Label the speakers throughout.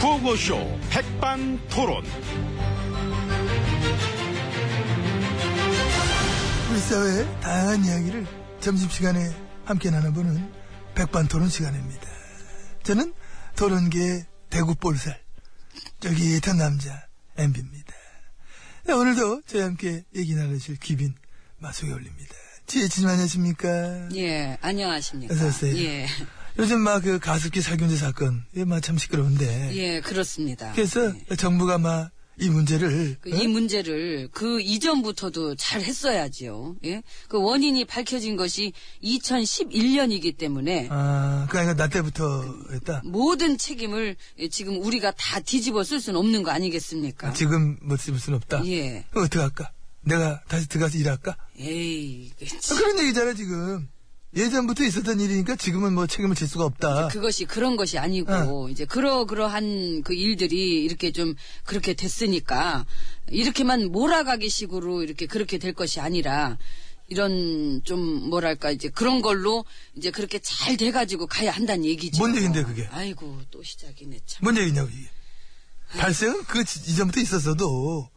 Speaker 1: 구호쇼 백반토론.
Speaker 2: 우리 사회의 다양한 이야기를 점심시간에 함께 나눠보는 백반토론 시간입니다. 저는 토론계의 대구볼살, 저기탄 남자 엠비입니다. 네, 오늘도 저희 함께 얘기 나누실 귀빈 마소개 올립니다. 지혜진님 안녕하십니까?
Speaker 3: 예, 안녕하십니까.
Speaker 2: 어서 오세요.
Speaker 3: 예,
Speaker 2: 요즘 막 그 가습기 살균제 사건, 이게 막 참 시끄러운데.
Speaker 3: 예, 그렇습니다.
Speaker 2: 네. 그래서
Speaker 3: 예.
Speaker 2: 정부가 막 이 문제를
Speaker 3: 그
Speaker 2: 어?
Speaker 3: 이 문제를 그 이전부터도 잘 했어야지요. 예? 그 원인이 밝혀진 것이 2011년이기 때문에
Speaker 2: 아, 그러니까 나 때부터 했다.
Speaker 3: 모든 책임을 예, 지금 우리가 다 뒤집어 쓸 수는 없는 거 아니겠습니까?
Speaker 2: 아, 지금 뭐 쓸 수는 없다.
Speaker 3: 예.
Speaker 2: 어떻게 할까? 내가 다시 들어가서 일할까? 아,
Speaker 3: 에이, 그 참,
Speaker 2: 그런 얘기잖아 지금. 예전부터 있었던 일이니까 지금은 뭐 책임을 질 수가 없다.
Speaker 3: 그것이 그런 것이 아니고 이제 그러그러한 그 일들이 이렇게 좀 그렇게 됐으니까 이렇게만 몰아가기 식으로 이렇게 그렇게 될 것이 아니라 이런 좀 뭐랄까 이제 그런 걸로 이제 그렇게 잘 돼가지고 가야 한다는 얘기죠.
Speaker 2: 뭔 얘긴데, 그게?
Speaker 3: 아이고 또 시작이네 참.
Speaker 2: 뭔 얘기냐고 이게. 발생은 그 지- 이전부터 있었어도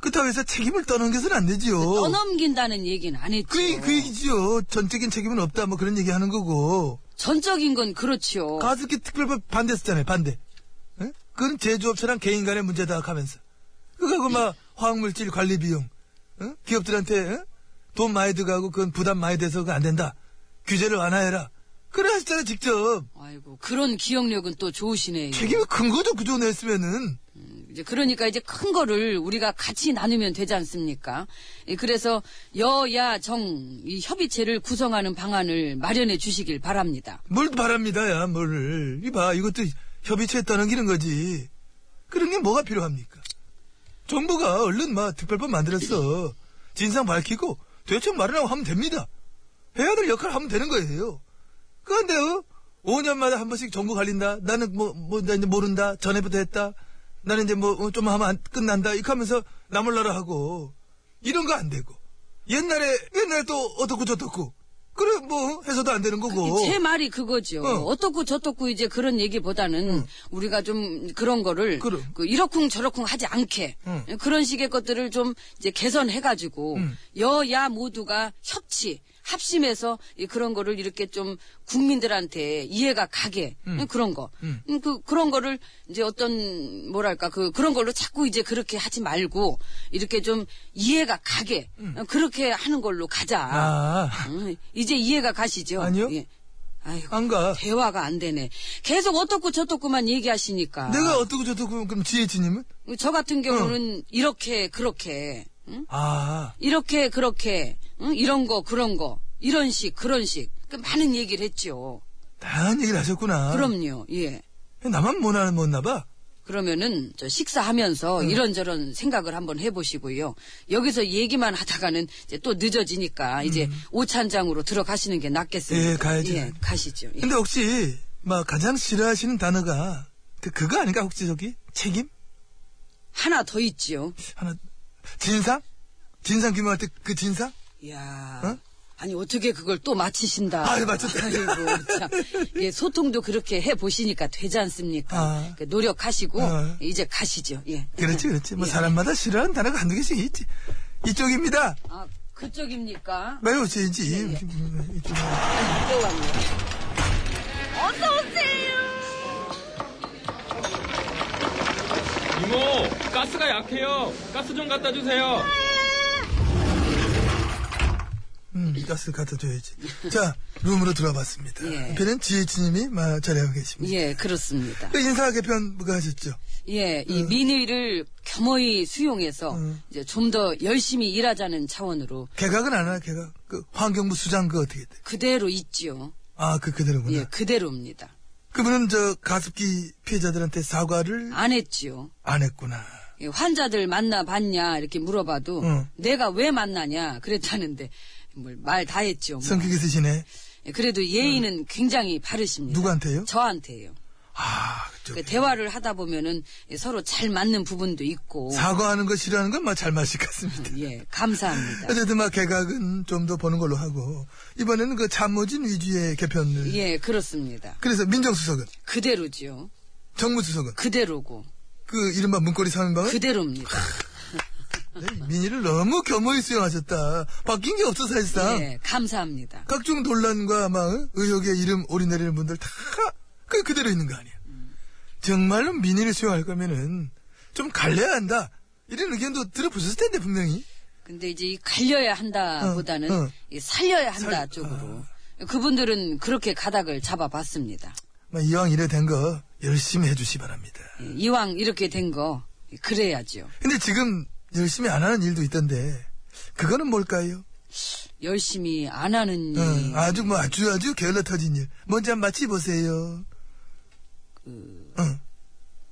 Speaker 2: 그렇다고 해서 책임을 떠넘겨서는 안 되지요.
Speaker 3: 그 떠넘긴다는 얘기는 안 했죠.
Speaker 2: 뭐? 그, 얘기- 그 얘기지요. 전적인 책임은 없다. 뭐 그런 얘기 하는 거고.
Speaker 3: 전적인 건 그렇지요.
Speaker 2: 가습기 특별법 반대했잖아요. 반대. 응? 그건 제조업체랑 개인 간의 문제다 하면서. 그거고 막 화학물질 관리 비용. 응? 기업들한테 응? 돈 많이 들어가고 그건 부담 많이 돼서 그안 된다. 규제를 완화해라. 그래 하셨잖아요. 직접.
Speaker 3: 아이고 그런 기억력은 또 좋으시네요.
Speaker 2: 책임이 큰 거죠. 그저 냈으면은.
Speaker 3: 이제 그러니까 이제 큰 거를 우리가 같이 나누면 되지 않습니까? 예, 그래서 여야 정 이 협의체를 구성하는 방안을 마련해 주시길 바랍니다.
Speaker 2: 뭘 바랍니다. 야 뭘. 이봐 이것도 협의체에 떠넘기는 거지. 그런 게 뭐가 필요합니까? 정부가 얼른 막 특별법 만들었어. 진상 밝히고 대충 말하라고 하면 됩니다. 해야 될 역할을 하면 되는 거예요. 그런데 요 5년마다 한 번씩 정부 갈린다. 나는 뭐, 뭐, 나 이제 모른다. 전에부터 했다. 나는 이제 뭐, 어, 좀 하면 안- 끝난다. 이렇게 하면서 나몰라라 하고. 이런 거 안 되고. 옛날에, 옛날에 또 어떻고 저떻고. 그래, 뭐, 해서도 안 되는 거고.
Speaker 3: 제 말이 그거죠.
Speaker 2: 어. 음.
Speaker 3: 어. 떻고 저떻고 이제 그런 얘기보다는 우리가 좀 그런 거를
Speaker 2: 그럼. 음.
Speaker 3: 그 이러쿵 저러쿵 하지 않게
Speaker 2: 응.
Speaker 3: 그런 식의 것들을 좀 이제 개선해가지고
Speaker 2: 음.
Speaker 3: 여야 모두가 협치 합심해서 이 그런 거를 이렇게 좀 국민들한테 이해가 가게 그런 거. 음, 그 그런 거를 이제 어떤 뭐랄까 그 그런 걸로 자꾸 이제 그렇게 하지 말고 이렇게 좀 이해가 가게 그렇게 하는 걸로 가자.
Speaker 2: 음. 아,
Speaker 3: 음, 이제 이해가 가시죠?
Speaker 2: 아니요.
Speaker 3: 예. 아이고,
Speaker 2: 안 가.
Speaker 3: 대화가 안 되네. 계속 어떻고 저떻고만 얘기하시니까.
Speaker 2: 내가 어떻고 저떻고 그럼 지혜진님은?
Speaker 3: 저 같은 경우는 이렇게, 그렇게, 응?
Speaker 2: 아,
Speaker 3: 이렇게, 그렇게, 응? 이런 거, 그런 거, 이런 식, 그런 식. 그 많은 얘기를 했죠.
Speaker 2: 다양한 얘기를 하셨구나.
Speaker 3: 그럼요, 예.
Speaker 2: 나만 못하는 못나 봐.
Speaker 3: 그러면은, 저 식사하면서 이런저런 생각을 한번 해보시고요. 여기서 얘기만 하다가는 이제 또 늦어지니까 이제 오찬장으로 들어가시는 게 낫겠습니다.
Speaker 2: 음. 예, 가야죠.
Speaker 3: 예, 가시죠. 예.
Speaker 2: 근데 혹시 막 가장 싫어하시는 단어가 그- 그거 아닐까 혹시 저기 책임
Speaker 3: 하나 더 있지요.
Speaker 2: 하나 진상 진상 규명할 때 그 진상
Speaker 3: 이야.
Speaker 2: 어?
Speaker 3: 아니 어떻게 그걸 또 맞히신다.
Speaker 2: 아유, 맞췄다.
Speaker 3: 아이고, 참. 예, 소통도 그렇게 해 보시니까 되지 않습니까?
Speaker 2: 아.
Speaker 3: 그 노력하시고
Speaker 2: 어.
Speaker 3: 이제 가시죠. 예.
Speaker 2: 그렇지 그렇지 뭐
Speaker 3: 예.
Speaker 2: 사람마다 싫어하는 단어가 한두 개씩 있지 이쪽입니다
Speaker 3: 아, 그쪽입니까?
Speaker 2: 매우 오세요지
Speaker 3: 예,
Speaker 2: 음, 이쪽
Speaker 3: 또 왔네.
Speaker 4: 이모, 가스가 약해요. 가스 좀 갖다 주세요.
Speaker 2: 음 가스 갖다 줘야지 자 룸으로 들어봤습니다
Speaker 3: 예.
Speaker 2: 옆에는 지혜진님이 막 자리하고 계십니다
Speaker 3: 예, 그렇습니다.
Speaker 2: 그 인사 개편 뭐가 하셨죠
Speaker 3: 예, 이 민의를 겸허히 수용해서
Speaker 2: 음.
Speaker 3: 이제 좀 더 열심히 일하자는 차원으로
Speaker 2: 개각은 안 하나 개각 그 환경부 수장 그 어떻게 돼
Speaker 3: 그대로 있지요.
Speaker 2: 아, 그 그대로구나.
Speaker 3: 예, 그대로입니다.
Speaker 2: 그분은 저 가습기 피해자들한테 사과를
Speaker 3: 안 했지요.
Speaker 2: 안 했구나.
Speaker 3: 예, 환자들 만나봤냐 이렇게 물어봐도
Speaker 2: 응.
Speaker 3: 내가 왜 만나냐 그랬다는데 뭘 말 다 했죠. 뭐.
Speaker 2: 성격 있으시네.
Speaker 3: 예, 그래도 예의는 굉장히 바르십니다.
Speaker 2: 누구한테요?
Speaker 3: 저한테요.
Speaker 2: 아, 그죠.
Speaker 3: 그 대화를 하다 보면은 예, 서로 잘 맞는 부분도 있고.
Speaker 2: 사과하는 거 싫어하는 건 막 잘 맞을 것 같습니다.
Speaker 3: 예, 감사합니다.
Speaker 2: 어쨌든 막 개각은 좀 더 보는 걸로 하고 이번에는 그 참모진 위주의 개편을.
Speaker 3: 예, 그렇습니다.
Speaker 2: 그래서 민정수석은
Speaker 3: 그대로지요.
Speaker 2: 정무수석은
Speaker 3: 그대로고.
Speaker 2: 그 이른바 문고리 3인방은
Speaker 3: 그대로입니다.
Speaker 2: 민의를 너무 겸허히 수용하셨다. 바뀐 게 없어 사실상.
Speaker 3: 예, 감사합니다.
Speaker 2: 각종 논란과 막 어? 의혹에 이름 오리내리는 분들 다 그, 그대로 있는 거 아니야. 정말로 민의를 수용할 거면은 좀 갈려야 한다. 이런 의견도 들어보셨을 텐데 분명히.
Speaker 3: 근데 이제 이 갈려야 한다
Speaker 2: 어,
Speaker 3: 보다는
Speaker 2: 어.
Speaker 3: 이 살려야 한다
Speaker 2: 살- 아.
Speaker 3: 쪽으로. 그분들은 그렇게 가닥을 잡아봤습니다.
Speaker 2: 막 이왕 이래 된 거 열심히 해주시 바랍니다.
Speaker 3: 예, 이왕 이렇게 된 거, 그래야죠.
Speaker 2: 근데 지금 열심히 안 하는 일도 있던데 그거는 뭘까요?
Speaker 3: 열심히 안 하는 일.
Speaker 2: 어, 아주 뭐 아주 아주 게을러 터진 일. 먼저 한번 맞히보세요. 어,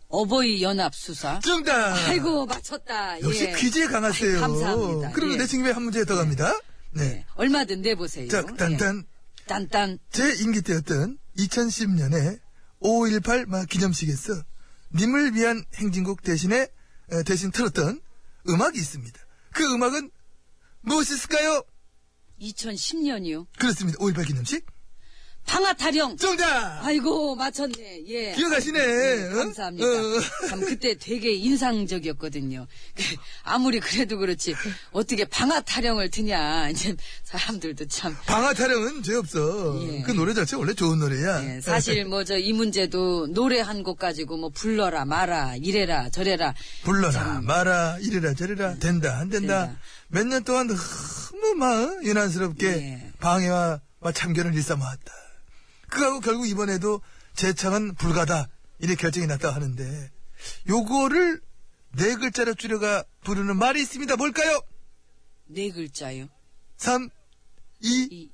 Speaker 3: 어버이 연합 수사.
Speaker 2: 정답!
Speaker 3: 아이고, 맞췄다.
Speaker 2: 역시
Speaker 3: 예.
Speaker 2: 퀴즈에 강하세요.
Speaker 3: 아이, 감사합니다.
Speaker 2: 그러면
Speaker 3: 예.
Speaker 2: 내 친구의 한 문제 더 갑니다. 네.
Speaker 3: 예, 얼마든 내보세요.
Speaker 2: 자,
Speaker 3: 예.
Speaker 2: 단단.
Speaker 3: 딴딴.
Speaker 2: 제 임기 때였던 2010년에 5.18 막 기념식에서 님을 위한 행진곡 대신에 에, 대신 틀었던 음악이 있습니다. 그 음악은 무엇일까요?
Speaker 3: 2010년이요.
Speaker 2: 그렇습니다. 5.18 기념식.
Speaker 3: 방아 타령.
Speaker 2: 정답!
Speaker 3: 아이고, 맞췄네. 예.
Speaker 2: 기억하시네.
Speaker 3: 예,
Speaker 2: 어?
Speaker 3: 감사합니다.
Speaker 2: 어.
Speaker 3: 참 그때 되게 인상적이었거든요. 그, 아무리 그래도 그렇지 어떻게 방아 타령을 트냐 이제 사람들도 참
Speaker 2: 방아 타령은 죄 없어.
Speaker 3: 예.
Speaker 2: 그 노래 자체 원래 좋은 노래야.
Speaker 3: 예, 사실 뭐 저 이 문제도 노래 한 곡 가지고 뭐 불러라 마라 이래라 저래라
Speaker 2: 불러라
Speaker 3: 참,
Speaker 2: 마라 이래라 저래라 된다 안 된다,
Speaker 3: 된다.
Speaker 2: 몇 년 동안 너무 막 유난스럽게
Speaker 3: 예.
Speaker 2: 방해와 막 참견을 일삼아왔다 그하고 결국 이번에도 재창은 불가다 이렇게 결정이 났다 하는데 요거를 네 글자로 줄여가 부르는 말이 있습니다 뭘까요?
Speaker 3: 네 글자요.
Speaker 2: 3 2
Speaker 3: 이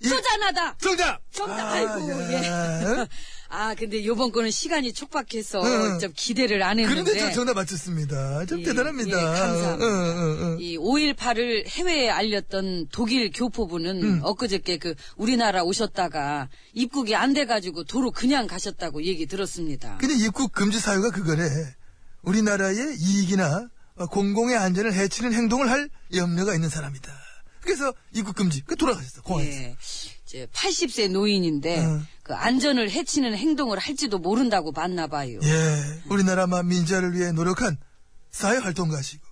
Speaker 2: 1
Speaker 3: 쪼잔하다.
Speaker 2: 정답!
Speaker 3: 정답! 아이고,
Speaker 2: 예.
Speaker 3: 예.
Speaker 2: 야.
Speaker 3: 아 근데 요번 거는 시간이 촉박해서
Speaker 2: 응.
Speaker 3: 좀 기대를 안 했는데.
Speaker 2: 그런데 저 정답 맞췄습니다 좀
Speaker 3: 네. 예,
Speaker 2: 대단합니다 어,
Speaker 3: 예, 감사합니다.
Speaker 2: 응, 응, 응.
Speaker 3: 이 5.18을 해외에 알렸던 독일 교포분은
Speaker 2: 음.
Speaker 3: 엊그저께 그 우리나라 오셨다가 입국이 안 돼가지고 도로 그냥 가셨다고 얘기 들었습니다.
Speaker 2: 근데 입국 금지 사유가 그거래. 우리나라의 이익이나 공공의 안전을 해치는 행동을 할 염려가 있는 사람이다. 그래서 입국 금지. 그 돌아가셨어. 공항에서.
Speaker 3: 예. 이제 80세 노인인데
Speaker 2: 응.
Speaker 3: 그 안전을 해치는 행동을 할지도 모른다고 봤나 봐요.
Speaker 2: 예. 우리나라만 민주화를 위해 노력한 사회 활동가시고.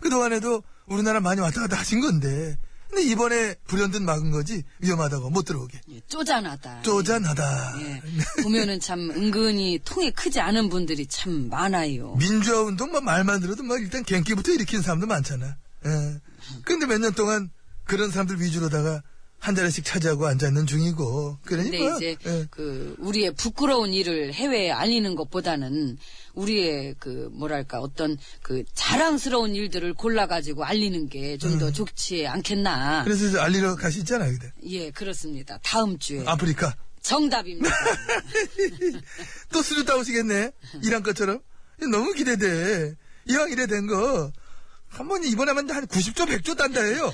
Speaker 2: 그동안에도 우리나라 많이 왔다 갔다 하신 건데. 근데 이번에 불현듯 막은 거지 위험하다고 못 들어오게.
Speaker 3: 예, 쪼잔하다.
Speaker 2: 쪼잔하다.
Speaker 3: 예. 보면은 참 은근히 통이 크지 않은 분들이 참 많아요.
Speaker 2: 민주화 운동 막 말만 들어도 막 일단 갱기부터 일으키는 사람도 많잖아. 예. 근데 몇 년 동안 그런 사람들 위주로다가 한 자리씩 차지하고 앉아있는 중이고.
Speaker 3: 근데
Speaker 2: 그러니까.
Speaker 3: 이제
Speaker 2: 예.
Speaker 3: 그 우리의 부끄러운 일을 해외에 알리는 것보다는 우리의 그 뭐랄까 어떤 그 자랑스러운 일들을 골라 가지고 알리는 게 좀 더 좋지 않겠나.
Speaker 2: 그래서 이제 알리러 가시잖아요, 그때.
Speaker 3: 예, 그렇습니다. 다음 주에
Speaker 2: 아프리카.
Speaker 3: 정답입니다.
Speaker 2: 또 수주 따오시겠네. 이란 것처럼. 너무 기대돼. 이왕 이래 된 거. 한 번에 이번에 하면 한 90조, 100조 딴다 해요.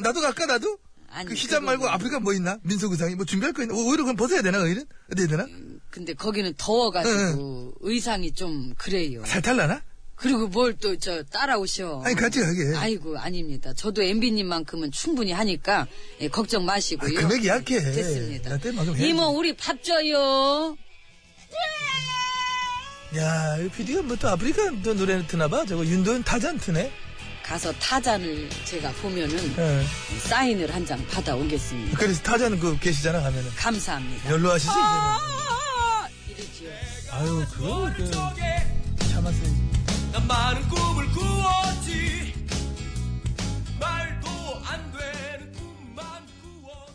Speaker 2: 나도 갈까, 나도?
Speaker 3: 아니,
Speaker 2: 그 희잡
Speaker 3: 그거는-
Speaker 2: 말고 아프리카 뭐 있나? 민속의상이 뭐 준비할 거 있나? 오히려 그건 벗어야 되나, 의일은? 어떻게 되나?
Speaker 3: 근데 거기는 더워 가지고 의상이 좀 그래요.
Speaker 2: 네, 살탈나나?
Speaker 3: 그리고 뭘 또 저 따라오셔.
Speaker 2: 아니, 그- 같이 가게.
Speaker 3: 아이고 아닙니다. 저도 MB님만큼은 충분히 하니까 예, 걱정 마시고요.
Speaker 2: 아이, 금액이 약해.
Speaker 3: 됐습니다.
Speaker 2: 나 때문에 막으면
Speaker 3: 이모 우리 밥 줘요.
Speaker 2: 야, 이 PD가 뭐 또 아프리카 또 노래를 트나봐. 저거 윤도현 타잔 트네.
Speaker 3: 가서 타잔을 제가 보면은
Speaker 2: 예.
Speaker 3: 사인을 한 장 받아오겠습니다.
Speaker 2: 그래서 타잔 그 계시잖아 가면은.
Speaker 3: 감사합니다.
Speaker 2: 연로 하시지
Speaker 3: 아.
Speaker 2: 이제는.
Speaker 3: 이러지요.
Speaker 2: 아유, 그거 그 참았어.
Speaker 5: 난 많은 꿈을 꾸었지 말도 안 되는 꿈만 꾸었어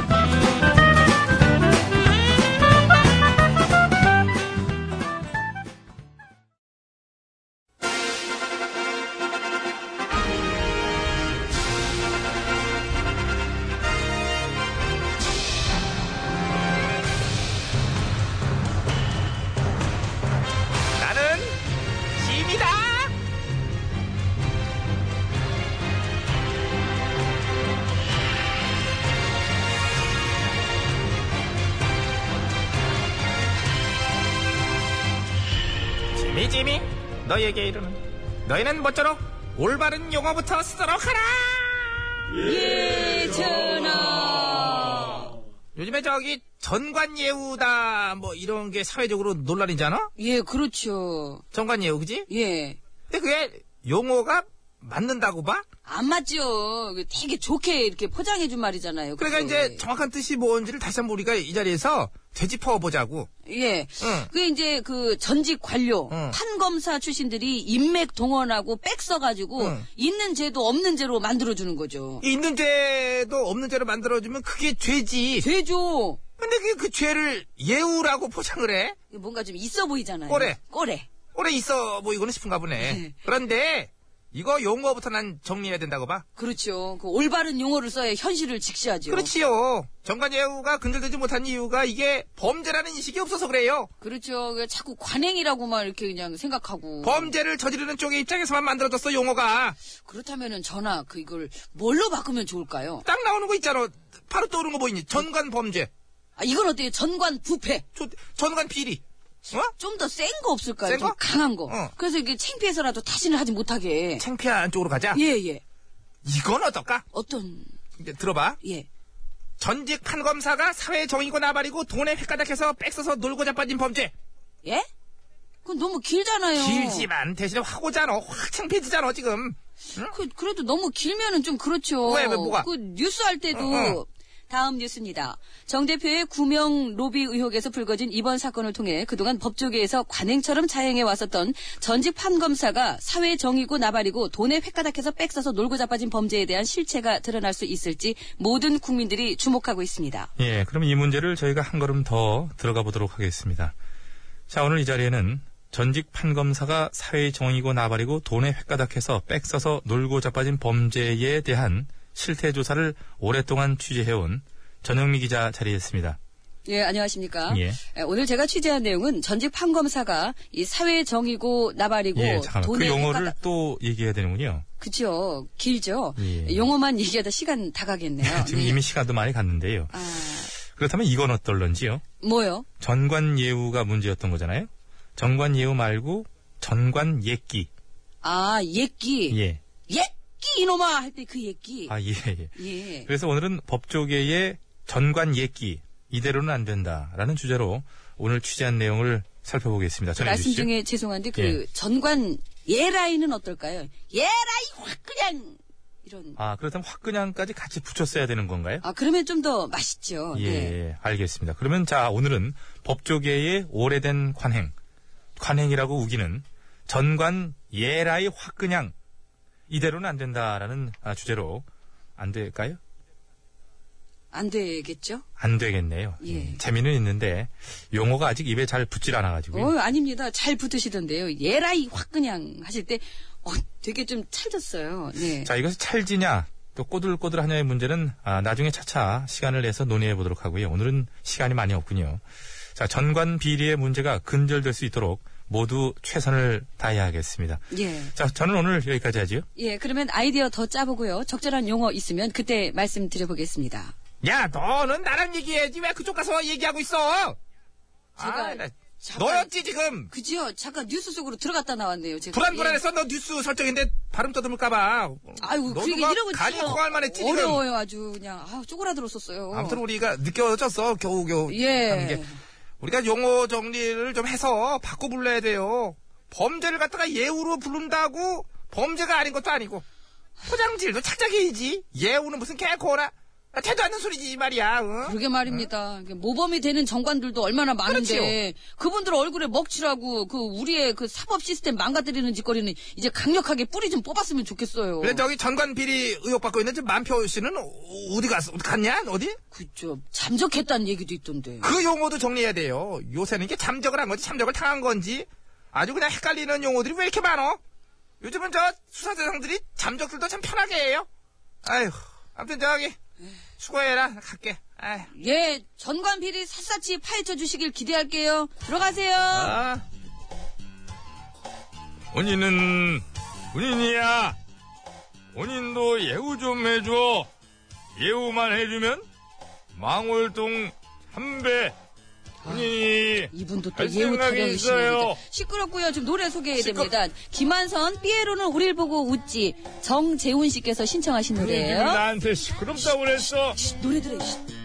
Speaker 5: 나는 짐이다. 짐이 짐이 너에게 이르는 너희는 모쪼록 올바른 용어부터 쓰도록 하라.
Speaker 3: 예, 전하.
Speaker 5: 요즘에 저기 전관 예우다 뭐 이런 게 사회적으로 논란이잖아.
Speaker 3: 예, 그렇죠.
Speaker 5: 전관 예우 그지?
Speaker 3: 예.
Speaker 5: 근데 그게 용어가 맞는다고 봐?
Speaker 3: 안 맞죠. 되게 좋게 이렇게 포장해준 말이잖아요.
Speaker 5: 그러니까
Speaker 3: 그게.
Speaker 5: 이제 정확한 뜻이 뭔지를 다시 한번 우리가 이 자리에서 되짚어 보자고.
Speaker 3: 예.
Speaker 5: 응.
Speaker 3: 그게 이제 그 전직 관료,
Speaker 5: 응.
Speaker 3: 판검사 출신들이 인맥 동원하고 빽 써가지고
Speaker 5: 응.
Speaker 3: 있는 죄도 없는 죄로 만들어주는 거죠.
Speaker 5: 있는 죄도 없는 죄로 만들어주면 그게 죄지.
Speaker 3: 죄죠.
Speaker 5: 근데 그게 그 죄를 예우라고 포장을 해?
Speaker 3: 뭔가 좀 있어 보이잖아요.
Speaker 5: 꼬레.
Speaker 3: 꼬레.
Speaker 5: 오래 있어 보이고는 싶은가 보네.
Speaker 3: 네.
Speaker 5: 그런데 이거 용어부터 난 정리해야 된다고 봐.
Speaker 3: 그렇죠. 그 올바른 용어를 써야 현실을 직시하죠.
Speaker 5: 그렇지요. 정관 예우가 근절되지 못한 이유가 이게 범죄라는 인식이 없어서 그래요.
Speaker 3: 그렇죠. 그 자꾸 관행이라고만 이렇게 그냥 생각하고.
Speaker 5: 범죄를 저지르는 쪽의 입장에서만 만들어졌어 용어가.
Speaker 3: 그렇다면은 전화 그 이걸 뭘로 바꾸면 좋을까요?
Speaker 5: 딱 나오는 거 있잖아. 바로 떠오르는 거 보이니? 전관 범죄.
Speaker 3: 아, 이건 어때요? 전관 부패.
Speaker 5: 저- 전관 비리. 어?
Speaker 3: 좀 더 센 거 없을까요?
Speaker 5: 센
Speaker 3: 좀
Speaker 5: 거?
Speaker 3: 강한 거.
Speaker 5: 어.
Speaker 3: 그래서 이게 창피해서라도 다시는 하지 못하게.
Speaker 5: 창피한 쪽으로 가자.
Speaker 3: 예, 예.
Speaker 5: 이건 어떨까?
Speaker 3: 어떤,
Speaker 5: 이제 들어봐.
Speaker 3: 예.
Speaker 5: 전직 판검사가 사회 정의고 나발이고 돈에 횟가닥해서 빽써서 놀고 자빠진 범죄.
Speaker 3: 예? 그건 너무 길잖아요.
Speaker 5: 길지만 대신에 확 오잖아. 확 창피해지잖아, 지금.
Speaker 3: 그, 그래도 너무 길면은 좀 그렇죠.
Speaker 5: 왜, 왜, 뭐가?
Speaker 3: 그 뉴스 할 때도
Speaker 5: 어, 어.
Speaker 3: 다음 뉴스입니다. 정 대표의 구명 로비 의혹에서 불거진 이번 사건을 통해 그동안 법조계에서 관행처럼 자행해 왔었던 전직 판검사가 사회 정의고 나발이고 돈에 횟가닥해서 빽써서 놀고 자빠진 범죄에 대한 실체가 드러날 수 있을지 모든 국민들이 주목하고 있습니다.
Speaker 6: 예, 그럼 이 문제를 저희가 한 걸음 더 들어가 보도록 하겠습니다. 자, 오늘 이 자리에는 전직 판검사가 사회의 정의고 나발이고 돈에 횟가닥해서 빽써서 놀고 자빠진 범죄에 대한 실태 조사를 오랫동안 취재해온 전영미 기자 자리했습니다.
Speaker 3: 예, 안녕하십니까.
Speaker 6: 예.
Speaker 3: 에, 오늘 제가 취재한 내용은 전직 판검사가 이 사회 정의고 나발이고
Speaker 6: 예, 잠깐만. 그
Speaker 3: 돈에
Speaker 6: 용어를
Speaker 3: 횟가닥-
Speaker 6: 또 얘기해야 되는군요.
Speaker 3: 그죠. 길죠.
Speaker 6: 예.
Speaker 3: 용어만 얘기하다 시간 다 가겠네요.
Speaker 6: 지금
Speaker 3: 예.
Speaker 6: 이미 시간도 많이 갔는데요.
Speaker 3: 아,
Speaker 6: 그렇다면 이건 어떨런지요?
Speaker 3: 뭐요?
Speaker 6: 전관 예우가 문제였던 거잖아요. 전관 예우 말고 전관 예끼.
Speaker 3: 아, 예끼.
Speaker 6: 예.
Speaker 3: 예끼 이놈아 할 때 그 예끼.
Speaker 6: 아, 예, 예.
Speaker 3: 예.
Speaker 6: 그래서 오늘은 법조계의 전관 예끼 이대로는 안 된다라는 주제로 오늘 취재한 내용을 살펴보겠습니다. 전해
Speaker 3: 말씀
Speaker 6: 주시죠.
Speaker 3: 중에 죄송한데 그
Speaker 6: 예.
Speaker 3: 전관 예라인은 어떨까요? 예라이 확 그냥 이런.
Speaker 6: 아 그렇다면 화끈양까지 같이 붙였어야 되는 건가요?
Speaker 3: 아, 그러면 좀 더 맛있죠.
Speaker 6: 예,
Speaker 3: 네.
Speaker 6: 알겠습니다. 그러면 자 오늘은 법조계의 오래된 관행, 관행이라고 우기는 전관 예라의 화끈양 이대로는 안 된다라는 아, 주제로 안 될까요?
Speaker 3: 안 되겠죠?
Speaker 6: 안 되겠네요.
Speaker 3: 예.
Speaker 6: 음, 재미는 있는데 용어가 아직 입에 잘 붙질 않아가지고.
Speaker 3: 어, 아닙니다. 잘 붙으시던데요. 예라이 확 그냥 하실 때 어, 되게 좀 찰졌어요. 네.
Speaker 6: 자, 이것이 찰지냐, 또 꼬들꼬들하냐의 문제는 아, 나중에 차차 시간을 내서 논의해 보도록 하고요. 오늘은 시간이 많이 없군요. 자, 전관 비리의 문제가 근절될 수 있도록 모두 최선을 다해야 하겠습니다.
Speaker 3: 예.
Speaker 6: 자, 저는 오늘 여기까지 하지요.
Speaker 3: 예, 그러면 아이디어 더 짜보고요. 적절한 용어 있으면 그때 말씀드려보겠습니다.
Speaker 5: 야, 너는 나랑 얘기해야지. 왜 그쪽 가서 얘기하고 있어?
Speaker 3: 제가
Speaker 5: 아, 나-
Speaker 3: 잠깐-
Speaker 5: 너였지, 지금.
Speaker 3: 그지요? 잠깐 뉴스 속으로 들어갔다 나왔네요, 제가.
Speaker 5: 불안불안해서 너 뉴스 설정인데 발음 떠듬을까봐.
Speaker 3: 예. 아이고,
Speaker 5: 너도
Speaker 3: 그 얘기
Speaker 5: 막
Speaker 3: 이러고
Speaker 5: 간이
Speaker 3: 진짜
Speaker 5: 코갈 만했지, 지금.
Speaker 3: 어려워요, 아주 그냥. 아, 쪼그라들었었어요.
Speaker 5: 아무튼 우리가 느껴졌어, 겨우겨우.
Speaker 3: 예.
Speaker 5: 하는 게. 우리가 용어 정리를 좀 해서 바꿔불러야 돼요. 범죄를 갖다가 예우로 부른다고 범죄가 아닌 것도 아니고 포장질도 착착이지 예우는 무슨 개코라 되도 않는 소리지 이 말이야 응?
Speaker 3: 그러게 말입니다. 이게 모범이 되는 정관들도 얼마나 많은데 그분들 얼굴에 먹칠하고 그 우리의 그 사법 시스템 망가뜨리는 짓거리는 이제 강력하게 뿌리 좀 뽑았으면 좋겠어요.
Speaker 5: 근데 저기 전관 비리 의혹 받고 있는 저 만표 씨는 어- 어디 갔어? 어디 갔냐? 어디?
Speaker 3: 그저 잠적했다는 얘기도 있던데.
Speaker 5: 그 용어도 정리해야 돼요. 요새는 이게 잠적을 한 건지 잠적을 당한 건지 아주 그냥 헷갈리는 용어들이 왜 이렇게 많어? 요즘은 저 수사 대상들이 잠적들도 참 편하게 해요. 아휴, 아무튼 저기 수고해라. 갈게. 아휴.
Speaker 3: 예, 전관 비리 샅샅이 파헤쳐 주시길 기대할게요. 들어가세요.
Speaker 5: 아,
Speaker 6: 본인은 본인이야. 본인도 예우 좀 해줘. 예우만 해주면 망월동 참배 본인이
Speaker 3: 이분도 또
Speaker 6: 할
Speaker 3: 예우
Speaker 6: 생각이 있어요.
Speaker 3: 타령이시네요. 시끄럽고요. 지금 노래 소개해야 됩니다. 김한선 피에로는 우릴 보고 웃지 정재훈 씨께서 신청하신 노래예요.
Speaker 6: 나한테 시끄럽다고 그랬어.
Speaker 3: 쉿, 노래 들어. 쉿.